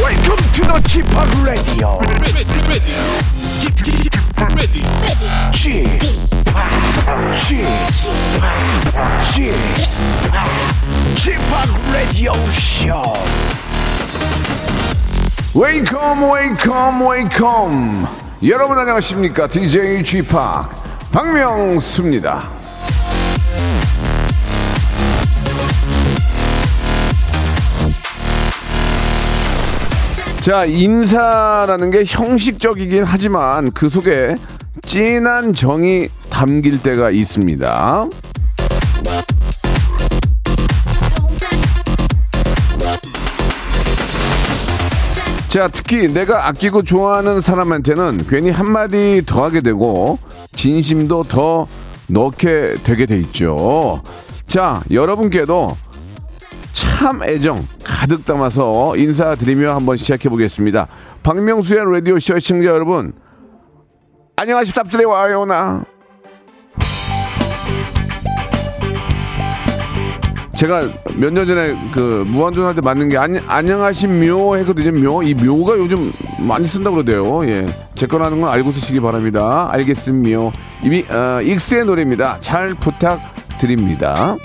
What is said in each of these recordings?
Welcome to the g p o p Radio. ready, ready, ready, ready. g p o p g p o p g p o p Radio Show. 웨이컴 웨이컴 웨이컴 여러분 안녕하십니까 DJ g p o 박명수입니다 자 인사라는 게 형식적이긴 하지만 그 속에 진한 정이 담길 때가 있습니다 자, 특히 내가 아끼고 좋아하는 사람한테는 괜히 한마디 더 하게 되고, 진심도 더 넣게 되게 돼 있죠. 자, 여러분께도 참 애정 가득 담아서 인사드리며 한번 시작해 보겠습니다. 박명수의 라디오쇼 시청자 여러분, 안녕하십니까? 쌉스레 와요나. 제가 몇 년 전에 그 무한도전 할 때 맞는 게 아니, 안녕하신묘 했거든요. 묘. 이 묘가 요즘 많이 쓴다고 그러대요. 예. 제 거라는 건 알고 쓰시기 바랍니다. 알겠음묘. 이미 어, 익스의 노래입니다. 잘 부탁드립니다.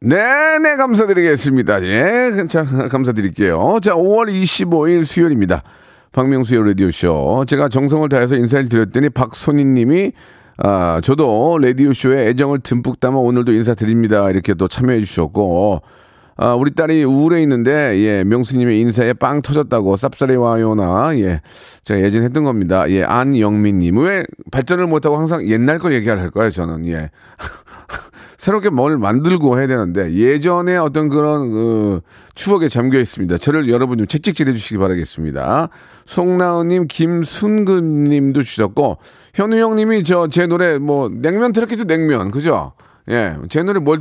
네네 감사드리겠습니다. 예, 자 감사드릴게요. 자 5월 25일 수요일입니다. 박명수의 라디오 쇼. 제가 정성을 다해서 인사를 드렸더니 박손희님이 아 저도 라디오 쇼에 애정을 듬뿍 담아 오늘도 인사드립니다. 이렇게 또 참여해 주셨고 아, 우리 딸이 우울해 있는데, 예, 명수님의 인사에 빵 터졌다고, 쌉싸리 와요나, 예, 제가 예전 했던 겁니다. 예, 안영민님. 왜 발전을 못하고 항상 옛날 걸 얘기할까요, 저는, 예. 새롭게 뭘 만들고 해야 되는데, 예전에 어떤 그런, 그, 추억에 잠겨 있습니다. 저를 여러분 좀 채찍질 해주시기 바라겠습니다. 송나은님, 김순근님도 주셨고, 현우 형님이 저, 제 노래, 뭐, 냉면 들었겠죠, 냉면. 그죠? 예, 제 노래 뭘,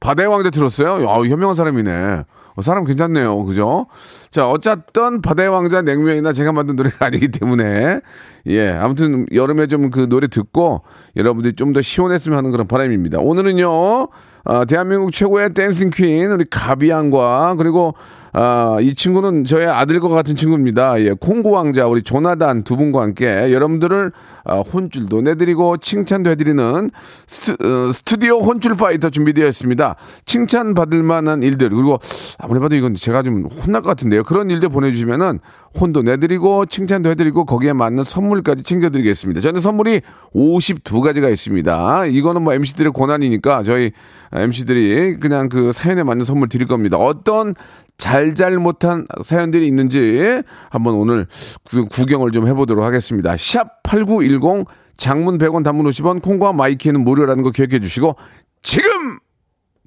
바다의 왕자 들었어요? 아우, 현명한 사람이네. 어, 사람 괜찮네요. 그죠? 자, 어쨌든 바다의 왕자 냉면이나 제가 만든 노래가 아니기 때문에. 예, 아무튼 여름에 좀 그 노래 듣고 여러분들이 좀 더 시원했으면 하는 그런 바람입니다. 오늘은요, 아, 대한민국 최고의 댄싱 퀸, 우리 가비앙과 그리고 아, 이 친구는 저의 아들과 같은 친구입니다. 예, 콩고 왕자, 우리 조나단 두 분과 함께 여러분들을 아, 혼쭐도 내드리고 칭찬도 해드리는 스튜, 디오 혼쭐 파이터 준비되어 있습니다. 칭찬받을 만한 일들, 그리고 아무리 봐도 이건 제가 좀 혼날 것 같은데요. 그런 일들 보내주시면은 혼도 내드리고 칭찬도 해드리고 거기에 맞는 선물까지 챙겨드리겠습니다. 저는 선물이 52가지가 있습니다. 이거는 뭐 MC들의 권한이니까 저희 MC들이 그냥 그 사연에 맞는 선물 드릴 겁니다. 어떤 잘잘못한 사연들이 있는지 한번 오늘 구- 구경을 좀 해보도록 하겠습니다. 샵8910 장문 100원 단문 50원 콩과 마이키는 무료라는 거 기억해 주시고 지금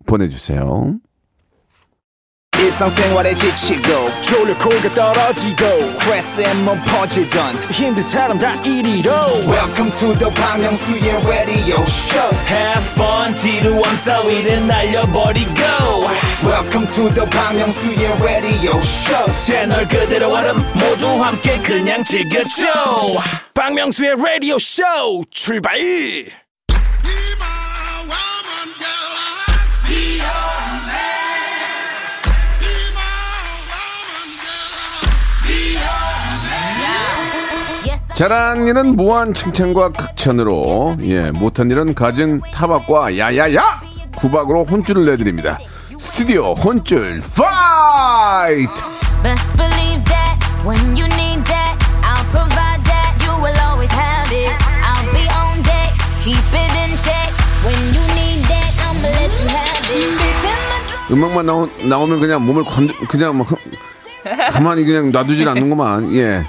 보내주세요. 일상생활에 지치고, 졸려 코가 떨어지고, 스트레스에 몸 퍼지던, 힘든 사람 다 이리로. welcome to the Bang Myung-soo's radio show Have fun 지루함 따위를 날려버리고 welcome to the Bang Myung-soo's radio show 채널 그대로 와름 모두 함께 그냥 즐겨줘 박명수의 라디오 쇼 출발! 잘한 일은 무한 칭찬과 극찬으로 예 못한 일은 가증 타박과 야야야 구박으로 혼쭐을 내드립니다 스튜디오 혼쭐 파이트 Best believe that when you need that, I'll provide that. You will always have it. I'll be on deck, keep it in check. When you need that, I'ma let you have it. It's in my drawers. 음악만 나오, 나오면 그냥 몸을 건 그냥 뭐 흥- 가만히 그냥 놔두질 않는구만 예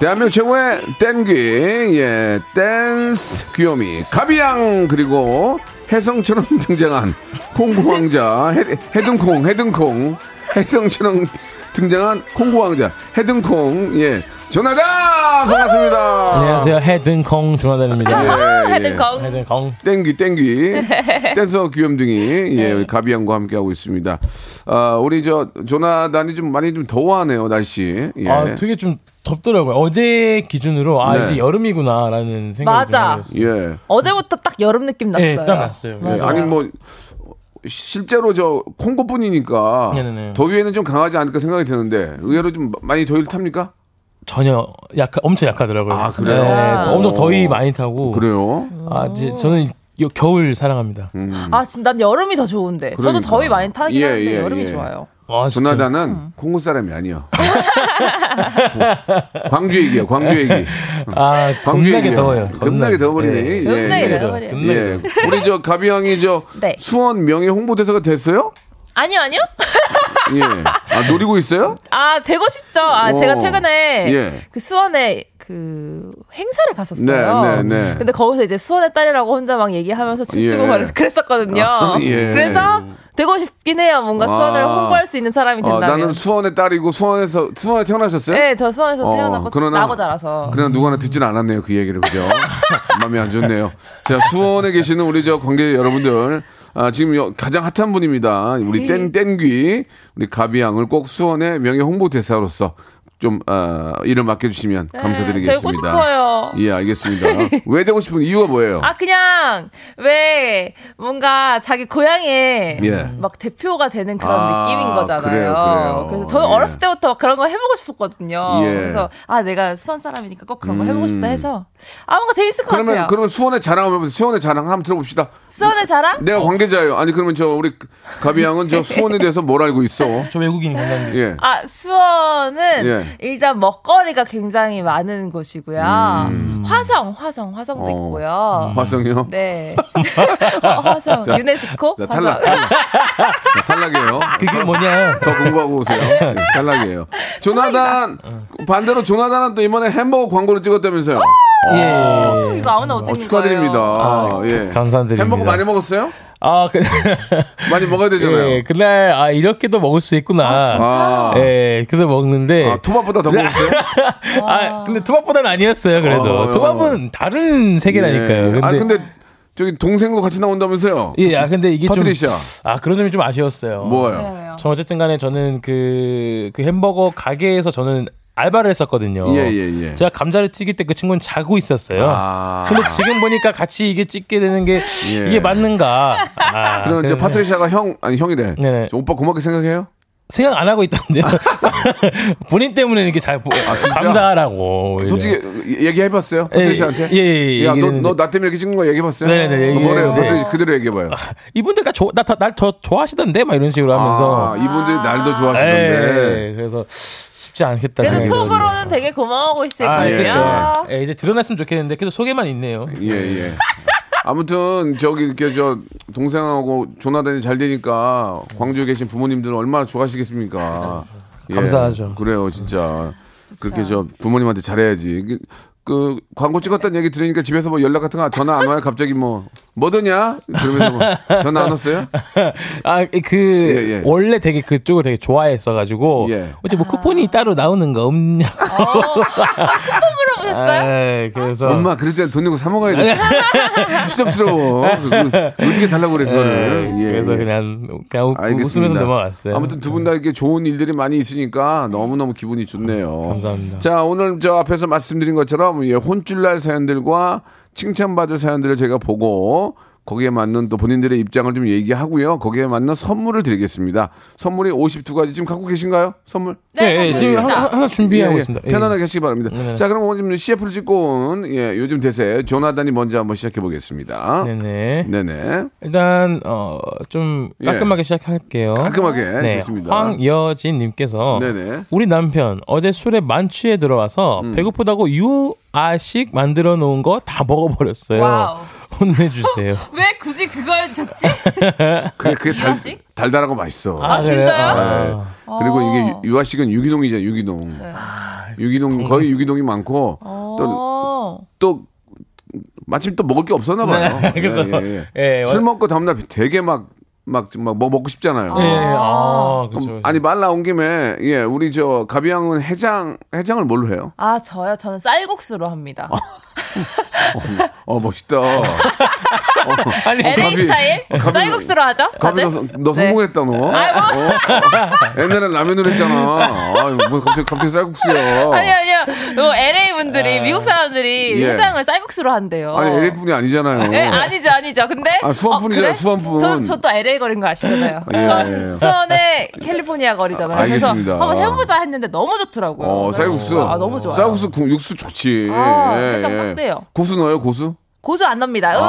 대한민국 최고의 땡귀 예 댄스 귀요미 가비양 그리고 혜성처럼 등장한 콩고 왕자 해, 해등콩 해등콩 혜성처럼 등장한 콩고 왕자 해등콩 예 조나단 반갑습니다 안녕하세요. 헤든콩 조나단입니다. 예, 예. 헤든콩. 땡귀 땡귀 댄서 귀염둥이 예 우리 가비양과 함께 하고 있습니다. 아 우리 저 조나단이 좀 많이 좀 더워하네요 날씨. 예. 아, 되게 좀 덥더라고요. 어제 기준으로 아 네. 이제 여름이구나라는 생각이 맞아. 들어요. 예. 네, 어제부터 딱 여름 느낌 났어요. 예, 딱 났어요. 예, 아니 뭐 실제로 저 콩고뿐이니까 네네네. 더위에는 좀 강하지 않을까 생각이 드는데 의외로 좀 많이 더위를 탑니까? 전혀 약하, 엄청 약하더라고요. 아, 그래요? 또 엄청 더위 많이 타고. 그래요. 아, 지, 저는 이 겨울 사랑합니다. 음. 아, 진짜 난 여름이 더 좋은데. 저도 그러니까. 더위 많이 타긴 예, 하는데 예, 여름이 예. 좋아요. 아, 진짜. 조나단은 콩고 사람이 아니요. 광주 얘기야, 광주 얘기. 아, 광주 겁나게 얘기야. 더워요. 겁나게 더워버리네. 예. 예, 겁나게 예. 더워버려. 예. 예. 우리 저 가비 양이 저 네. 수원 명예 홍보대사가 됐어요? 아니요, 아니요? 예. 아, 노리고 있어요? 아, 되고 싶죠. 아, 오. 제가 최근에 예. 그 수원에 그 행사를 갔었어요. 네, 네, 네. 근데 거기서 이제 수원의 딸이라고 혼자 막 얘기하면서 춤추고 예. 막 그랬었거든요. 아, 예. 그래서 되고 싶긴 해요. 뭔가 수원을 아. 홍보할 수 있는 사람이 어, 된다면. 나는 수원의 딸이고 수원에서 수원에 태어나셨어요? 네, 저 수원에서 어, 태어났고 그러나- 나고 자라서. 그냥 누구 하나 듣진 않았네요 그 얘기를 그죠 마음이 안 좋네요 자 수원에 계시는 우리 저 관계 여러분들 아, 지금 여- 가장 핫한 분입니다 우리 땡 네. 땡귀 우리 가비양을 꼭 수원의 명예 홍보 대사로서 좀 아, 일을 맡겨주시면 감사드리겠습니다 네, 되고 싶어요. 예 알겠습니다 왜 되고 싶은 이유가 뭐예요 아 그냥 왜 뭔가 자기 고향에 예. 막 대표가 되는 그런 아, 느낌인 거잖아요. 그래요, 그래요. 래서 저는 예. 어렸을 때부터 막 그런 거 해보고 싶었거든요. 예. 음. 그래서 아 내가 수원 사람이니까 꼭 그런 거 해보고 싶다 해서 아 뭔가 재밌을 것 그러면 같아요. 그러면 수원의 자랑 한번 수원의 자랑 한번 들어봅시다 수원의 자랑? 내가 관계자예요 아니 그러면 저 우리 가비양은 저 수원에 대해서 뭘 알고 있어 저 외국인 군단데 예 아 수원은 예. 일단 먹거리가 굉장히 많은 곳이고요. 화성, 화성, 화성도 음. 어. 있고요. 화성이요 네, 화성 자, 유네스코 자, 화성. 탈락. 탈락. 자, 탈락이에요. 그게 뭐냐. 더 공부하고 오세요. 네, 탈락이에요. 조나단 반대로 조나단은 또 이번에 햄버거 광고를 찍었다면서요. 예. 이거 아, 아무나 못 어, 찍는 축하드립니다. 거예요. 예. 감사드립니다. 햄버거 많이 먹었어요? 아, 그, 많이 먹어야 되잖아요. 예, 그날, 아, 이렇게도 먹을 수 있구나. 아, 예, 네, 그래서 먹는데. 아, 토마보다 더 먹었어요? 아, 근데 토마보다는 아니었어요, 그래도. 어, 어. 토마보는 다른 세계라니까요. 예. 근데, 아, 근데 저기 동생도 같이 나온다면서요? 예, 아, 근데 이게 파트리샤. 좀. 아, 그런 점이 좀 아쉬웠어요. 네. 뭐예요? 저 어쨌든 간에 저는 그, 그 햄버거 가게에서 저는 알바를 했었거든요. 예, 예, 예. 제가 감자를 튀길 때 그 친구는 자고 있었어요. 아. 근데 지금 보니까 같이 이게 찍게 되는 게 예. 이게 맞는가. 아, 그럼 이제 그래서 파트리샤가 형 아니 형이래. 네네. 저 오빠 고맙게 생각해요? 생각 안 하고 있던데요. 본인 때문에 이렇게 잘 보, 아, 진짜? 감사하라고. 솔직히 얘기해봤어요? 파트리샤한테? 예, 예, 예, 야, 너, 얘기했는데. 너 나 때문에 이렇게 찍은 거 얘기해봤어요? 네네네, 그럼 얘기해요. 뭐래요? 네. 파트리샤 그대로 얘기해봐요. 이분들 가 조, 나, 다- 날, 저 좋아하시던데? 막 이런 식으로 하면서. 아, 이분들이 날 더 좋아하시던데. 예, 그래서 쉽지 않겠다. 네, 그래도 생각이 들어요. 속으로는 되게 고마워하고 있을 아, 거예요. 그렇죠. 예, 이제 드러났으면 좋겠는데 계속 소개만 있네요. 예, 예. 아무튼 저기 이렇게 저 동생하고 조나단이 잘 되니까 광주에 계신 부모님들은 얼마나 좋아하시겠습니까? 예, 감사하죠. 그래요, 진짜. 그렇게 저 부모님한테 잘해야지. 이게 그 광고 찍었다는 얘기 들으니까 집에서 뭐 연락 같은 거 전화 안 와요? 갑자기 뭐 뭐더냐? 그러면서 뭐 전화 안 왔어요? 아 예, 그 예. 원래 되게 그쪽을 되게 좋아했어가지고 예. 어째 뭐 쿠폰이 아. 따로 나오는 거 없냐? 물어보셨어요? 에이, 그래서 엄마 그럴 때돈 내고 사 먹어야 돼. 추접스러워. 그거 어떻게 달라고 그래 그거를. 에이, 예, 네, 그래서 예. 그냥 그냥 웃- 알겠습니다. 웃으면서 넘어갔어요. 아무튼 두 분 다 이렇게 좋은 일들이 많이 있으니까 너무너무 기분이 좋네요. 감사합니다. 자, 오늘 저 앞에서 말씀드린 것처럼 예, 혼쭐날 사연들과 칭찬받을 사연들을 제가 보고 거기에 맞는 또 본인들의 입장을 좀 얘기하고요. 거기에 맞는 선물을 드리겠습니다. 선물이 52가지 지금 갖고 계신가요? 선물? 네, 예, 지금 감사합니다. 하나, 하나 준비하고 있습니다. 예. 편안하게 하시기 바랍니다. 자, 그럼 오늘 CF를 찍고 온 예, 요즘 대세 조나단이 먼저 한번 시작해 보겠습니다. 네네. 네네. 일단 어 좀 예. 깔끔하게 시작할게요. 깔끔하게 네, 좋습니다. 황여진님께서 네네. 우리 남편 어제 술에 만취해 들어와서 음. 배고프다고 유아식 만들어 놓은 거 다 먹어버렸어요. 와우. 혼내주세요. 왜 굳이 그걸 주셨지? 그게, 그게 달, 유아식? 달달하고 맛있어. 아, 네. 그래요? 예. 진짜요? 네. 그리고 이게 유- 유아식은 유기농이잖아요, 유기농. 유기농, 거의 유기농이 많고, 또, 어. 또, 마침 또 먹을 게 없었나 봐요. 네, 그래서, 예, 술 와- 먹고 다음날 되게 막, 막, 좀 막, 뭐 먹고 싶잖아요. 예, 아, 그럼 그렇죠. 아니, 말 나온 김에, 예, 우리 저, 가비양은 해장, 해장을 뭘로 해요? 아 저요? 저는 쌀국수로 합니다. 어, 멋있다. 어, 아니, LA 갑이- 스타일? 갑이- 쌀국수로 하죠? 가비 다들? 너, 성- 네. 너 성공했다 너. 어? 옛날엔 라면으로 했잖아. 아, 뭐 갑자기 갑자기 쌀국수야. 아니 아니요. 뭐 LA 아. 분들이 미국 사람들이 어. 예. 해장을 쌀국수로 한대요. 아니 LA 분이 아니잖아요. 어. 네, 아니죠, 아니죠. 근데 어, 아, 수원분이잖아요, 수원분. 저는 저또 LA 거리인 거 아시잖아요. 예, 수원, 예. 수원의 캘리포니아 거리잖아요. 아, 알겠습니다. 그래서 한번 해보자 했는데 너무 좋더라고요. 어, 쌀국수. 아, 너무 좋아요. 쌀국수 국- 육수 좋지. 예, 아, 해장 꽉 돼요. 음, 고수 넣어요, 고수? 고수 안 납니다. 아,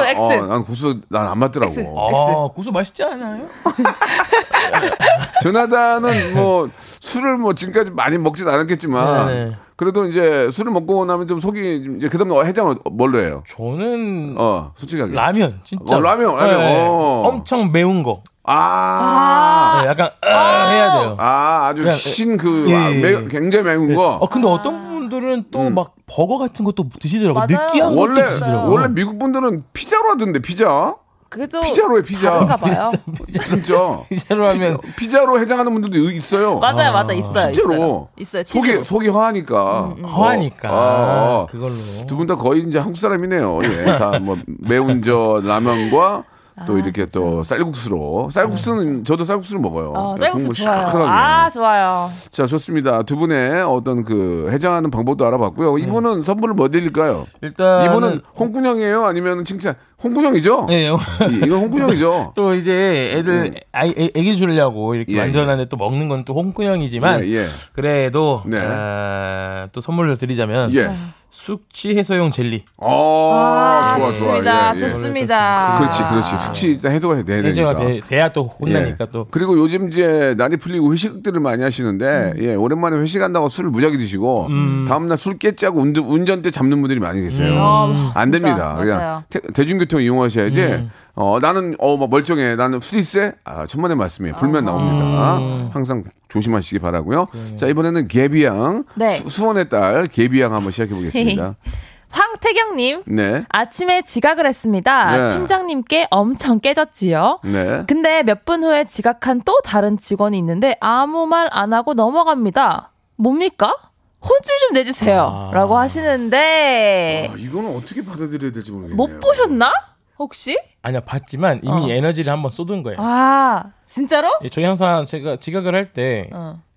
으, 아, 엑스. 어, 난 고수 난 안 맞더라고. 엑스. 아, 고수 맛있지 않아요? 전하다는 뭐 술을 뭐 지금까지 많이 먹진 않았겠지만 네네. 그래도 이제 술을 먹고 나면 좀 속이 좀 이제 그다음 해장은 뭘로 해요? 저는 어, 솔직하게. 라면 진짜 예, 어, 라면, 라면, 어. 엄청 매운 거 아. 네, 약간 아~ 해야 돼요. 아, 아주 그냥- 신그 예, 아, 예. 매- 굉장히 매운 거. 어 근데 어떤 분들은 또 막 버거 같은 것도 드시더라고 요 맞아요. 느끼한 음. 원래 것도 드시더라고. 원래 미국 분들은 피자로 하던데 피자. 그게 또 피자로 해 피자. 다른가 봐요. 진짜. 이제로 하면 피자로 해장하는 분들도 있어요. 맞아요, 맞아 있어요. 실제로. 있어요. 있어요. 속이 치즈로. 음, 속이 허하니까. 허하니까 어, 어, 어. 그걸로. 두 분 다 거의 이제 한국 사람이네요. 예. 다 뭐 매운 저 라면과 아, 또 이렇게 또 쌀국수로 쌀국수는 저도 쌀국수를 먹어요. 어, 예, 쌀국수 국물 좋아요. 시원하게. 아 좋아요. 자 좋습니다. 두 분의 어떤 그 해장하는 방법도 알아봤고요. 이분은 선물을 뭐 드릴까요? 일단 이분은 홍군형이에요? 아니면 칭찬? 홍군형이죠? 예. 이- 이건 홍군형이죠. 또 이제 애들 아이 애, 애기 주려고 이렇게 음. 예, 만져놨는데 또 먹는 건 또 홍군형이지만 예, 예. 그래도 네. 아, 또 선물로 드리자면 예. 숙취 해소용 젤리 어, 아, 좋아, 좋습니다. 좋아. 예, 예. 좋습니다. 그렇지, 그렇지. 숙취 일단 해소가 돼야 되니까. 해제가 돼, 돼야 또 그러니까. 예. 혼나니까 또 그리고 요즘 이제 날이 풀리고 회식들을 많이 하시는데 음. 예, 오랜만에 회식한다고 술을 무지하게 드시고 다음날 술 깨짜고 운전, 운전대 잡는 분들이 많이 음. 계세요. 아, 안 진짜, 됩니다. 그냥 맞아요. 태- 대중교통 이용하셔야지. 음. 어 나는 어막 멀쩡해. 나는 수리세 아 천만의 말씀이에요. 불면 나옵니다. 음. 항상 조심하시기 바라고요. 자 이번에는 개비양 네. 수, 원의딸 개비양 한번 시작해 보겠습니다. 황태경님 네, 아침에 지각을 했습니다. 네. 팀장님께 엄청 깨졌지요. 네. 근데 몇 분 후에 지각한 또 다른 직원이 있는데 아무 말 안 하고 넘어갑니다. 뭡니까? 혼쭐 좀 내주세요. 라고 하시는데 아, 이거는 어떻게 받아들여야 될지 모르겠네요. 못 보셨나? 혹시? 아니야 봤지만 이미 에너지를 한번 쏟은 거예요. 어. 아, 진짜로? 예, 저희 항상 제가 지각을 할 때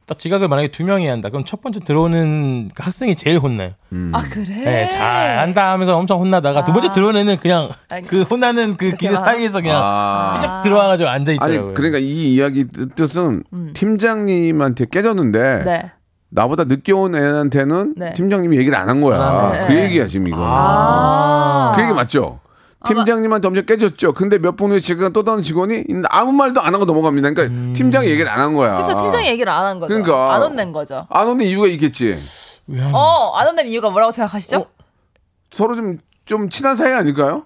딱 어. 지각을 만약에 두 명이 한다. 그럼 첫 번째 들어오는 그 학생이 제일 혼나요. 음. 아, 그래? 네, 예, 잘한다 하면서 엄청 혼나다가 두 번째 들어오는 애는 그냥 아. 아니, 그 혼나는 그 기대 막- 사이에서 그냥 아. 삐쩍 들어와가지고 앉아 아니 있더라고요. 그러니까 이 이야기 뜻- 뜻은 팀장님한테 깨졌는데 음. 네. 나보다 늦게 온 애한테는 네. 팀장님이 얘기를 안 한 거야. 안 그 얘기야 지금 이거. 아. 그 얘기 맞죠? 팀장님한테 엄청 깨졌죠. 근데 몇 분 후에 지금 또 다른 직원이 아무 말도 안 하고 넘어갑니다. 그러니까 음. 팀장이 얘기를 안 한 거야. 그쵸, 팀장이 얘기를 안 한 거죠. 아. 그러니까. 안 혼낸 거죠. 안 오는 이유가 있겠지. 왜 안- 어, 안 혼낸 이유가 뭐라고 생각하시죠? 어. 서로 좀, 좀 친한 사이 아닐까요?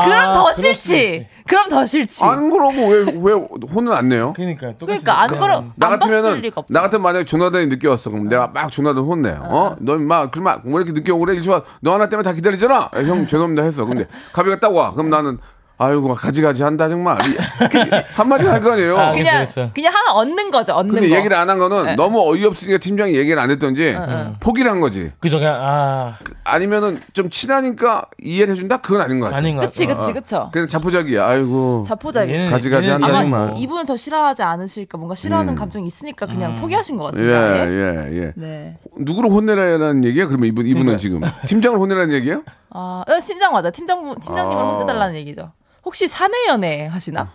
아, 그럼 더 그럴 싫지. 그럼 더 싫지. 안 아, 그러고 왜, 왜 혼을 안 내요? 그러니까 똑같이 그러니까 안 그냥- 걸어 음. 나 안 봤을 같으면은 리가 없죠. 나 같으면 만약에 조나단이 늦게 왔어 그럼 내가 막 조나단 혼내요 어넌막 그러면 왜 이렇게 늦게 오래 일주일 너 하나 때문에 다 기다리잖아 아, 형 죄송합니다 했어 근데 가비가 따고 와 그럼 나는 아이고 가지가지 한다 정말 한마디 할 거 아니에요 아, 그냥 알겠어, 알겠어. 그냥 하나 얻는 거죠. 얻는 근데 거. 네. 얘기를 안 한 거는 너무 어이없으니까 팀장이 얘기를 안 했던지 포기를 한 거지 그죠 그냥 아 아니면은 좀 친하니까 이해를 해준다 그건 아닌 것 같아 어. 그 아닌 것 같아. 그치 그치 그쵸. 그냥 자포자기야 아이고 자포자기. 얘는- 가지가지 얘는 한다는 아마 말. 뭐- 이분은 더 싫어하지 않으실까 뭔가 싫어하는 감정이 있으니까 그냥 포기하신 것 같아요. 음. 예 예, 예. 네. 누구를 혼내라는 얘기야? 그러면 이분 그러니까. 이분은 지금 팀장을 혼내라는 얘기예요? 아, 어, 팀장 맞아. 팀장 팀장님을 아. 혼내달라는 얘기죠. 혹시 사내 연애 하시나?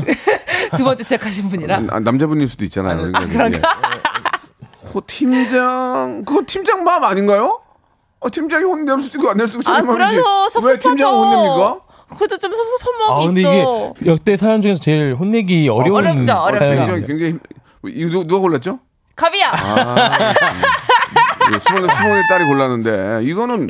두 번째 시작하신 분이라. 아, 남자분일 수도 있잖아요. 그러니까 아, 그런가? 이게. 호 팀장 그거 팀장 마음 아닌가요? 어, 팀장이 혼낼 수도 있고 안 낼 수도 있고 아, 자기 마음이지. 그래도 왜 섭섭하죠. 팀장 혼냅니까? 어, 그래도 좀 섭섭한 아 마음이 근데 있어. 이게 역대 사연 중에서 제일 혼내기 어려운 어렵죠, 어렵죠. 굉장히 사연이에요. 굉장히 힘- 이거 누- 누가 골랐죠? 가비야. 아. 예, 수원의 수원의 딸이 골랐는데 이거는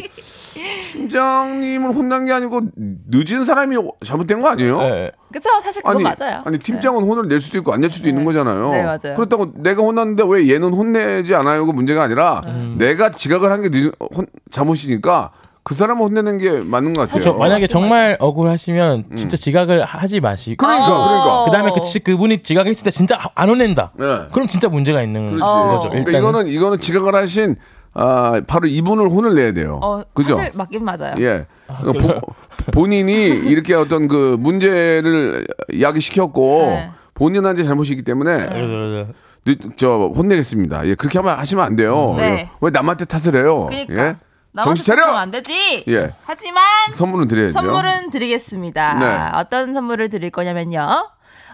팀장님을 혼난 게 아니고 늦은 사람이 잘못된 거 아니에요? 네. 예. 그쵸 사실 그건 맞아요. 아니 팀장은 혼을 낼 수도 있고 안 낼 수도 있는 거잖아요. 네, 맞아요. 그렇다고 내가 혼났는데 왜 얘는 혼내지 않아요가 문제가 아니라 네. 내가 지각을 한 게 잘못이니까 그 사람을 혼내는 게 맞는 것 같아요. 그렇죠. 만약에 정말 억울하시면 진짜 지각을 하- 하지 마시고 음. 그러니까 어. 그러니까. 그다음에 그 지- 그분이 지각했을 때 진짜 안 혼낸다. 네. 그럼 진짜 문제가 있는 그렇지. 어. 거죠. 그러니까 일단은 이거는 이거는 지각을 하신 아, 바로 이분을 혼을 내야 돼요. 어, 그죠? 사실 맞긴 맞아요. 예. 그러니까 보- 본인이 이렇게 어떤 그 문제를 야기시켰고 네. 본인한테 잘못이 있기 때문에 그래서, 그래서 늦- 네, 저 혼내겠습니다. 예, 그렇게 하면 하시면 안 돼요. 네. 예. 왜 남한테 탓을 해요? 그러니까 예? 나만 정신 탓하 차려. 안 되지. 예. 하지만 선물은 드려야죠. 선물은 드리겠습니다. 네. 어떤 선물을 드릴 거냐면요.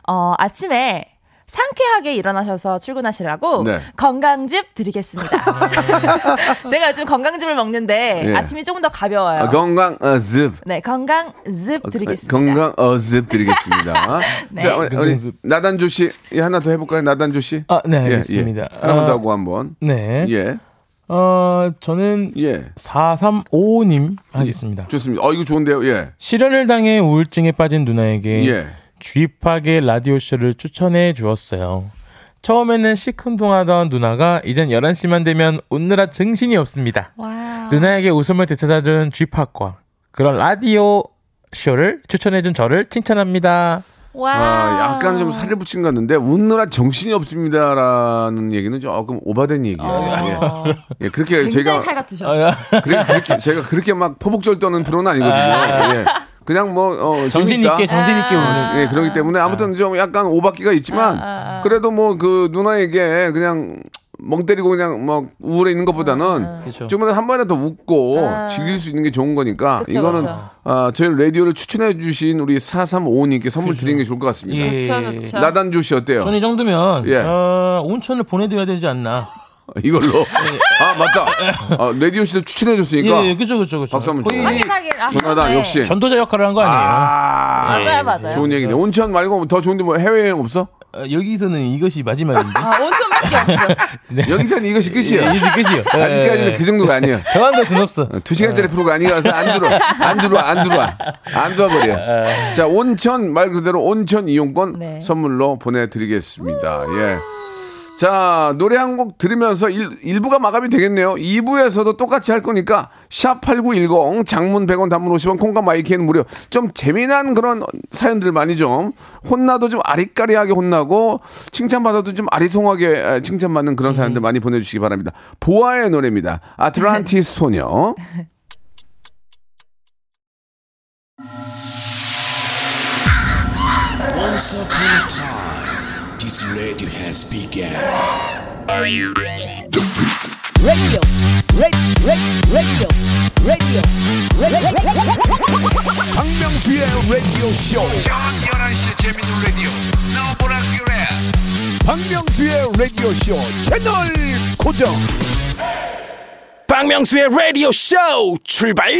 어, 아침에 상쾌하게 일어나셔서 출근하시라고 네. 건강즙 드리겠습니다. 제가 요즘 건강즙을 먹는데 예. 아침이 조금 더 가벼워요. 아, 건강 어습. 네, 건강즙 드리겠습니다. 건강 어습 드리겠습니다. 네. 자, 우리- 우리 건강즙. 나단조 씨 예, 하나 더 해볼까요? 나단조 씨. 아, 네, 예, 알겠습니다. 예. 하나만 더 아, 하고 한번. 네. 예, 어, 저는 예, 4355님 하겠습니다. 좋습니다. 어, 이거 좋은데요. 예, 실연을 당해 우울증에 빠진 누나에게 예. 주입하게 라디오쇼를 추천해 주었어요. 처음에는 시큰둥하던 누나가 이젠 11시만 되면 웃느라 정신이 없습니다. 누나에게 웃음을 되찾아준 주입학과 그런 라디오 쇼를 추천해 준 저를 칭찬합니다. 와. 아, 약간 좀 살을 붙인 것 같은데 웃느라 정신이 없습니다라는 얘기는 조금 오바된 얘기예요. 예. 예, 그렇게 어. 굉장히 제가 칼 같으셔. 아, 그래, 그렇게 제가 그렇게 막 포복절 떠는 프로는 아니거든요. 예. 그냥 뭐 어, 정신 재밌다. 있게 정신 있게 우는 예, 그렇기 때문에 아무튼 좀 약간 오바기가 있지만 아, 그래도 뭐 그 누나에게 그냥 멍 때리고 그냥 막 우울해 있는 아, 것보다는 그쵸. 좀이한 번에 더 웃고 즐길 수 있는 게 좋은 거니까 그쵸, 이거는 그쵸. 아, 저희 라디오를 추천해 주신 우리 4355님께 선물 드리는 게 좋을 것 같습니다. 예. 좋죠, 좋죠. 나단조 씨 어때요? 저는 이 정도면 예. 어, 온천을 보내드려야 되지 않나. 이걸로 아 맞다. 아, 라디오 씨도 추천해 줬으니까 예, 예, 그죠, 그죠, 그죠. 박수 한번 거의 줘요. 하긴, 하긴. 아, 전화다 네. 역시 전도자 역할을 한 거 아니에요. 아, 예, 맞아요, 맞아요. 좋은 얘기네. 온천 말고 더 좋은데 뭐 해외여행 없어? 어, 여기서는 이것이 마지막인데. 아, 온천밖에 없어. 여기서는 이것이 끝이에요. 예, 이것이 끝이요. 예, 아직까지는 예. 그 네. 정도가 아니야. 더한 것은 없어. 두 시간짜리 프로가 아니라서 안 들어. 안 들어와, 안 들어와. 안 들어버려. 자, 온천, 말 그대로 온천 이용권 네. 선물로 보내드리겠습니다. 예. 자, 노래 한 곡 들으면서 일 1부가 마감이 되겠네요. 2부에서도 똑같이 할 거니까, 샵8910, 장문 100원, 단문 50원, 콩과 마이키는 무료. 좀 재미난 그런 사연들 많이 좀, 혼나도 좀 아리까리하게 혼나고, 칭찬받아도 좀 아리송하게 에, 칭찬받는 그런 사연들 많이 보내주시기 바랍니다. 보아의 노래입니다. 아틀란티스 소녀. Once upon a time, this radio has begun. 박명수의 라디오 쇼. 저녁 11시 재밌는 라디오. 너보라 그래. 박명수의 라디오 쇼 채널 고정. 박명수의 라디오 쇼 출발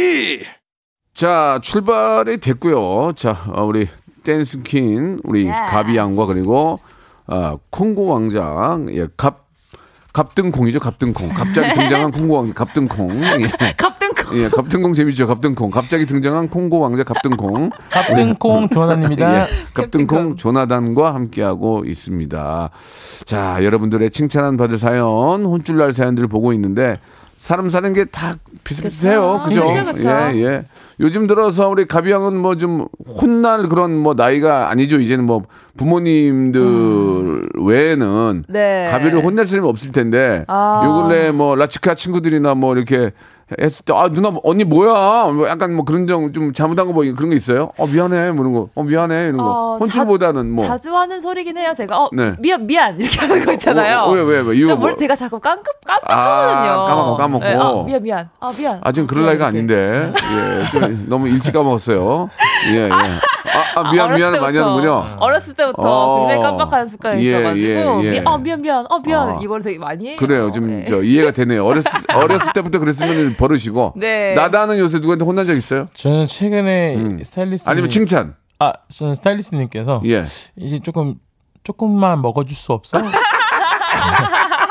자 출발이 됐고요. 자 어, 우리 댄스퀸 우리 Yes. 가비양과 그리고 아, 콩고 왕장 예갑 갑등콩이죠 갑등콩 갑자기 등장한 콩고 왕 갑등콩 예. 갑등콩. 예, 갑등콩 재밌죠 갑등콩 갑자기 등장한 콩고 왕자 갑등콩 갑등콩 조나입니다. 아, 예, 갑등콩 조나단과 함께하고 있습니다. 자, 여러분들의 칭찬 받을 사연, 혼쭐 날 사연들을 보고 있는데 사람 사는 게 다 비슷비슷해요. 그죠? 그쵸, 그쵸. 예, 예. 요즘 들어서 우리 가비양은 뭐 좀 혼날 그런 뭐 나이가 아니죠. 이제는 뭐 부모님들 외에는 음. 네. 가비를 혼낼 사람이 없을 텐데 아. 요 근래 뭐 라치카 친구들이나 뭐 이렇게 했을 때 아 누나 언니 뭐야 뭐 약간 뭐 그런 점 좀 잘못한 거 뭐 그런 게 있어요? 어 미안해 뭐 이런 거. 어 미안해 이런 거. 어, 혼쭐보다는 뭐 자주 하는 소리긴 해요. 제가 어 네. 미안 미안 이렇게 하는 거 있잖아요. 어, 어, 왜, 왜, 왜? 이거 저 뭐- 뭘 제가 자꾸 깜깜 깜빡하거든요. 아, 까먹고, 까먹고. 네, 아, 미안 미안. 아 미안. 아직 그럴 아, 나이가 이렇게. 아닌데 예, 좀 너무 일찍 까먹었어요. 예 예. 아, 아, 미안 어렸을 미안을 많이 때부터, 하는군요. 어렸을 때부터 어. 굉장히 깜빡하는 습관이 예, 있어가지고 예, 예. 미, 아 미안 미안. 아 미안. 아. 이걸 되게 많이 해요. 그래요. 좀 네. 저 이해가 되네요. 어렸을 어렸을 때부터 그랬으면 버릇이고. 네. 나다는 요새 누구한테 혼난 적 있어요? 저는 최근에 스타일리스트 음. 아니면 음. 칭찬? 아 저는 스타일리스트님께서 예. 네. 이제 조금 조금만 먹어줄 수 없어?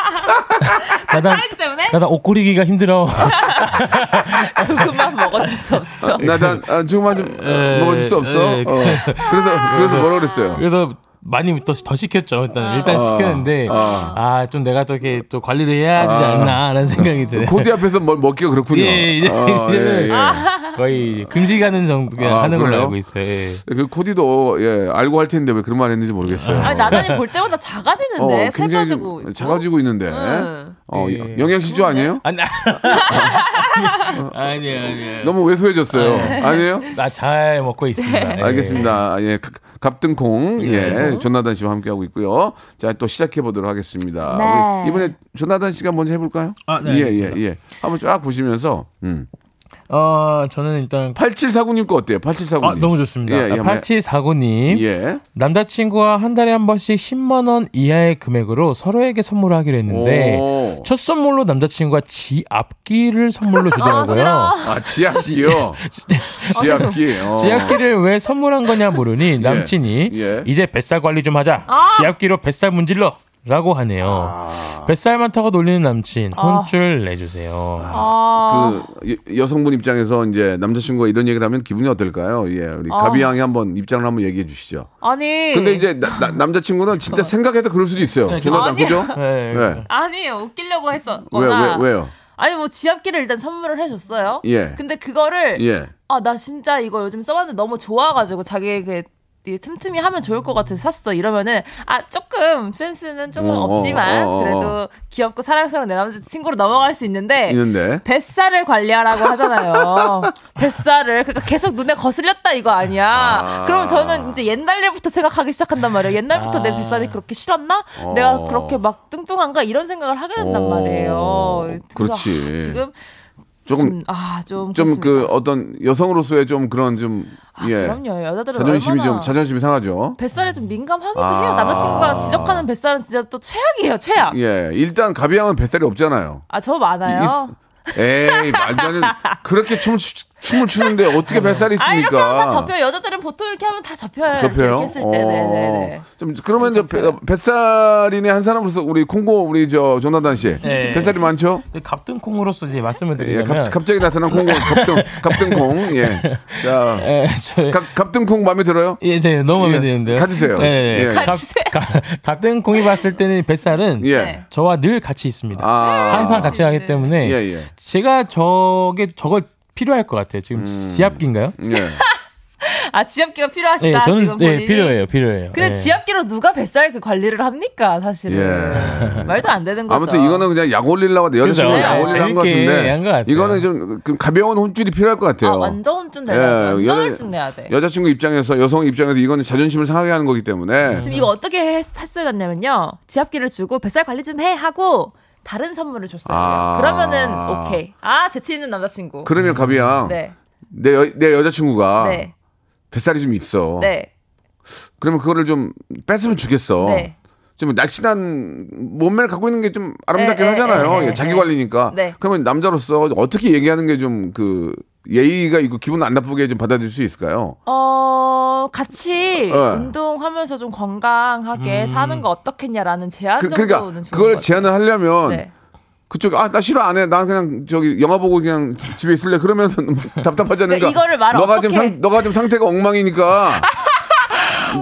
나단 사이즈 때문에 나단 옷 고리기가 힘들어. 조금만 먹어줄 수 없어. 나단 아, 조금만 좀 에, 예. 먹어줄 수 없어. 에, 어. 그래서 그래서 뭐라 그랬어요? 그래서 많이 더, 더 시켰죠. 일단 일단 시켰는데 아. 아 좀 내가 저게 또 관리를 해야 되지 않나라는 생각이 드네요. 코디 앞에서 뭘 뭐, 먹기가 그렇군요. 예, 예, 예. 아, 예, 예. 거의 금시 가는 정도 그냥 아, 하는 걸로 그래요? 알고 있어요. 예. 그 코디도 예 알고 할 텐데 왜 그런 말 했는지 모르겠어요. 어, 아니 나단이 볼 때마다 작아지는데 예. 살 굉장히 빠지고 있고. 작아지고 있는데 응. 어, 예. 영양시조 아니에요? 아니 아니 아니. 너무 예. 왜소해졌어요. 아니에요? 나잘 먹고 있습니다. 예. 알겠습니다. 예, 갑- 갑등콩 예, 조나단 씨와 함께 하고 있고요. 자, 또 시작해 보도록 하겠습니다. 네. 우리 이번에 조나단 씨가 먼저 해볼까요? 아, 네, 예, 예, 알겠습니다. 예. 한번 쫙 보시면서 음. 어 저는 일단 8749님 거 어때요? 8749님. 아 너무 좋습니다. 예, 예, 한번 해- 8749님 예. 남자친구와 한 달에 한 번씩 10만 원 이하의 금액으로 서로에게 선물하기로 했는데 오. 첫 선물로 남자친구가 지 앞길을 선물로 주더라고요. 싫어. 아, 지압기요. 지압기. 어. 네. 지압기를 왜 선물한 거냐 물으니 남친이 예. 이제 뱃살 관리 좀 하자. 아. 지압기로 뱃살 문질러. 라고 하네요. 뱃살 많다고 놀리는 남친 아. 혼쭐 내주세요. 아, 그 여- 여성분 입장에서 이제 남자친구가 이런 얘기를 하면 기분이 어떨까요? 예, 우리 가비 양이 한번 입장을 한번 얘기해 주시죠. 아니. 그 근데 이제 나- 나- 남자친구는 진짜 생각해서 그럴 수도 있어요. 조나단 아니야. 그죠? 네. 네. 아니에요. 웃기려고 왜, 했었거나. 왜, 왜요? 아니 뭐 지압기를 일단 선물을 해줬어요. 예. 근데 그거를 예. 아 나 진짜 이거 요즘 써봤는데 너무 좋아가지고 자기 그 이게 틈틈이 하면 좋을 것 같아서 샀어 이러면은 아 조금 센스는 조금 어, 어, 없지만 어, 어, 어. 그래도 귀엽고 사랑스러운 내 남자 친구로 넘어갈 수 있는데 있는데. 뱃살을 관리하라고 하잖아요. 뱃살을 그러니까 계속 눈에 거슬렸다 이거 아니야. 아. 그럼 저는 이제 옛날 일부터 생각하기 시작한단 말이에요. 옛날부터 아. 내 뱃살이 그렇게 싫었나? 어. 내가 그렇게 막 뚱뚱한가 이런 생각을 하게 된단 어. 말이에요. 그래서 그렇지. 아, 지금 조금 아좀 좀 그 어떤 여성으로서의 좀 그런 좀 예. 아, 그럼요 여자들은 자존심이 얼마나 좀 자존심이 상하죠. 뱃살에 좀 민감하기도 아. 해요. 남자친구가 지적하는 뱃살은 진짜 또 최악이에요 최악. 예. 일단 가비 양은 뱃살이 없잖아요. 아 저 많아요. 에이, 말도 안 되는 그렇게 춤 춤을 추는데 어떻게 뱃살이 아 이렇게 하면 있습니까? 다 접혀요. 여자들은 보통 이렇게 하면 다 접혀요. 접혀요. 이렇게 했을 때. 네네네. 어. 좀 그러면 이제 배- 접혀요. 뱃살인의 한 사람으로서 우리 콩고 우리 저 조나단 씨 네. 뱃살이 많죠? 근데 갑등콩으로서 이제 말씀을 예, 드리자면 갑, 갑자기 나타난 콩고 갑등 갑등콩 예, 자 예, 저- 갑, 갑등콩 마음에 들어요? 예, 네, 너무 마음에 예, 드는데요. 가지세요. 예, 예. 예. 갑, 갑- 갑등콩이 봤을 때는 뱃살은 예, 네. 저와 늘 같이 있습니다. 아 항상 같이 가기 때문에 예, 예. 제가 저게 저걸 필요할 것 같아요. 지금 지압기인가요? 예. 아 지압기가 필요하시다. 네, 저는 지금 네, 본인이. 필요해요, 필요해요. 근데 예. 지압기로 누가 뱃살 그 관리를 합니까 사실은 네. 예. 말도 안 되는 거죠. 아무튼 이거는 그냥 약 올리려고 하는데 여자친구 그죠? 약 올리려고 한것 재밌게 같은데 한것 같아요. 이거는 좀 그- 가벼운 혼쭐이 필요할 것 아, 같아요. 완전 혼쭐 내야 예, 돼. 완전 여자- 혼쭐 내야 돼. 여자친구 입장에서 여성 입장에서 이거는 자존심을 상하게 하는 거기 때문에 지금 이거 어떻게 했, 했어야 됐냐면요. 지압기를 주고 뱃살 관리 좀 해 하고 다른 선물을 줬어요. 아. 그러면은 오케이. 아 재치 있는 남자친구. 그러면 가비양 네. 내, 여, 내 여자친구가 네. 뱃살이 좀 아, 있어. 네. 그러면 그거를 좀 뺐으면 좋겠어. 네. 좀 날씬한 몸매를 갖고 있는 게 좀 아름답긴 에, 에, 하잖아요. 에, 에, 예, 에. 자기 관리니까. 네. 그러면 남자로서 어떻게 얘기하는 게 좀 그 예의가 있고 기분 안 나쁘게 좀 받아들일 수 있을까요? 어 네. 같이 운동하면서 좀 음. 건강하게 사는 거 어떻겠냐라는 제안 그, 정도는 러니까 좋은 그걸 것 제안을 하려면 같아요. 네. 그쪽 아 나 싫어 안 해. 난 그냥 저기 영화 보고 그냥 지- 집에 있을래. 그러면 답답하지 않으니까. 그러니까 이거를 말을 너가 어떻게 지금 해? 상, 너가 지금 상태가 엉망이니까.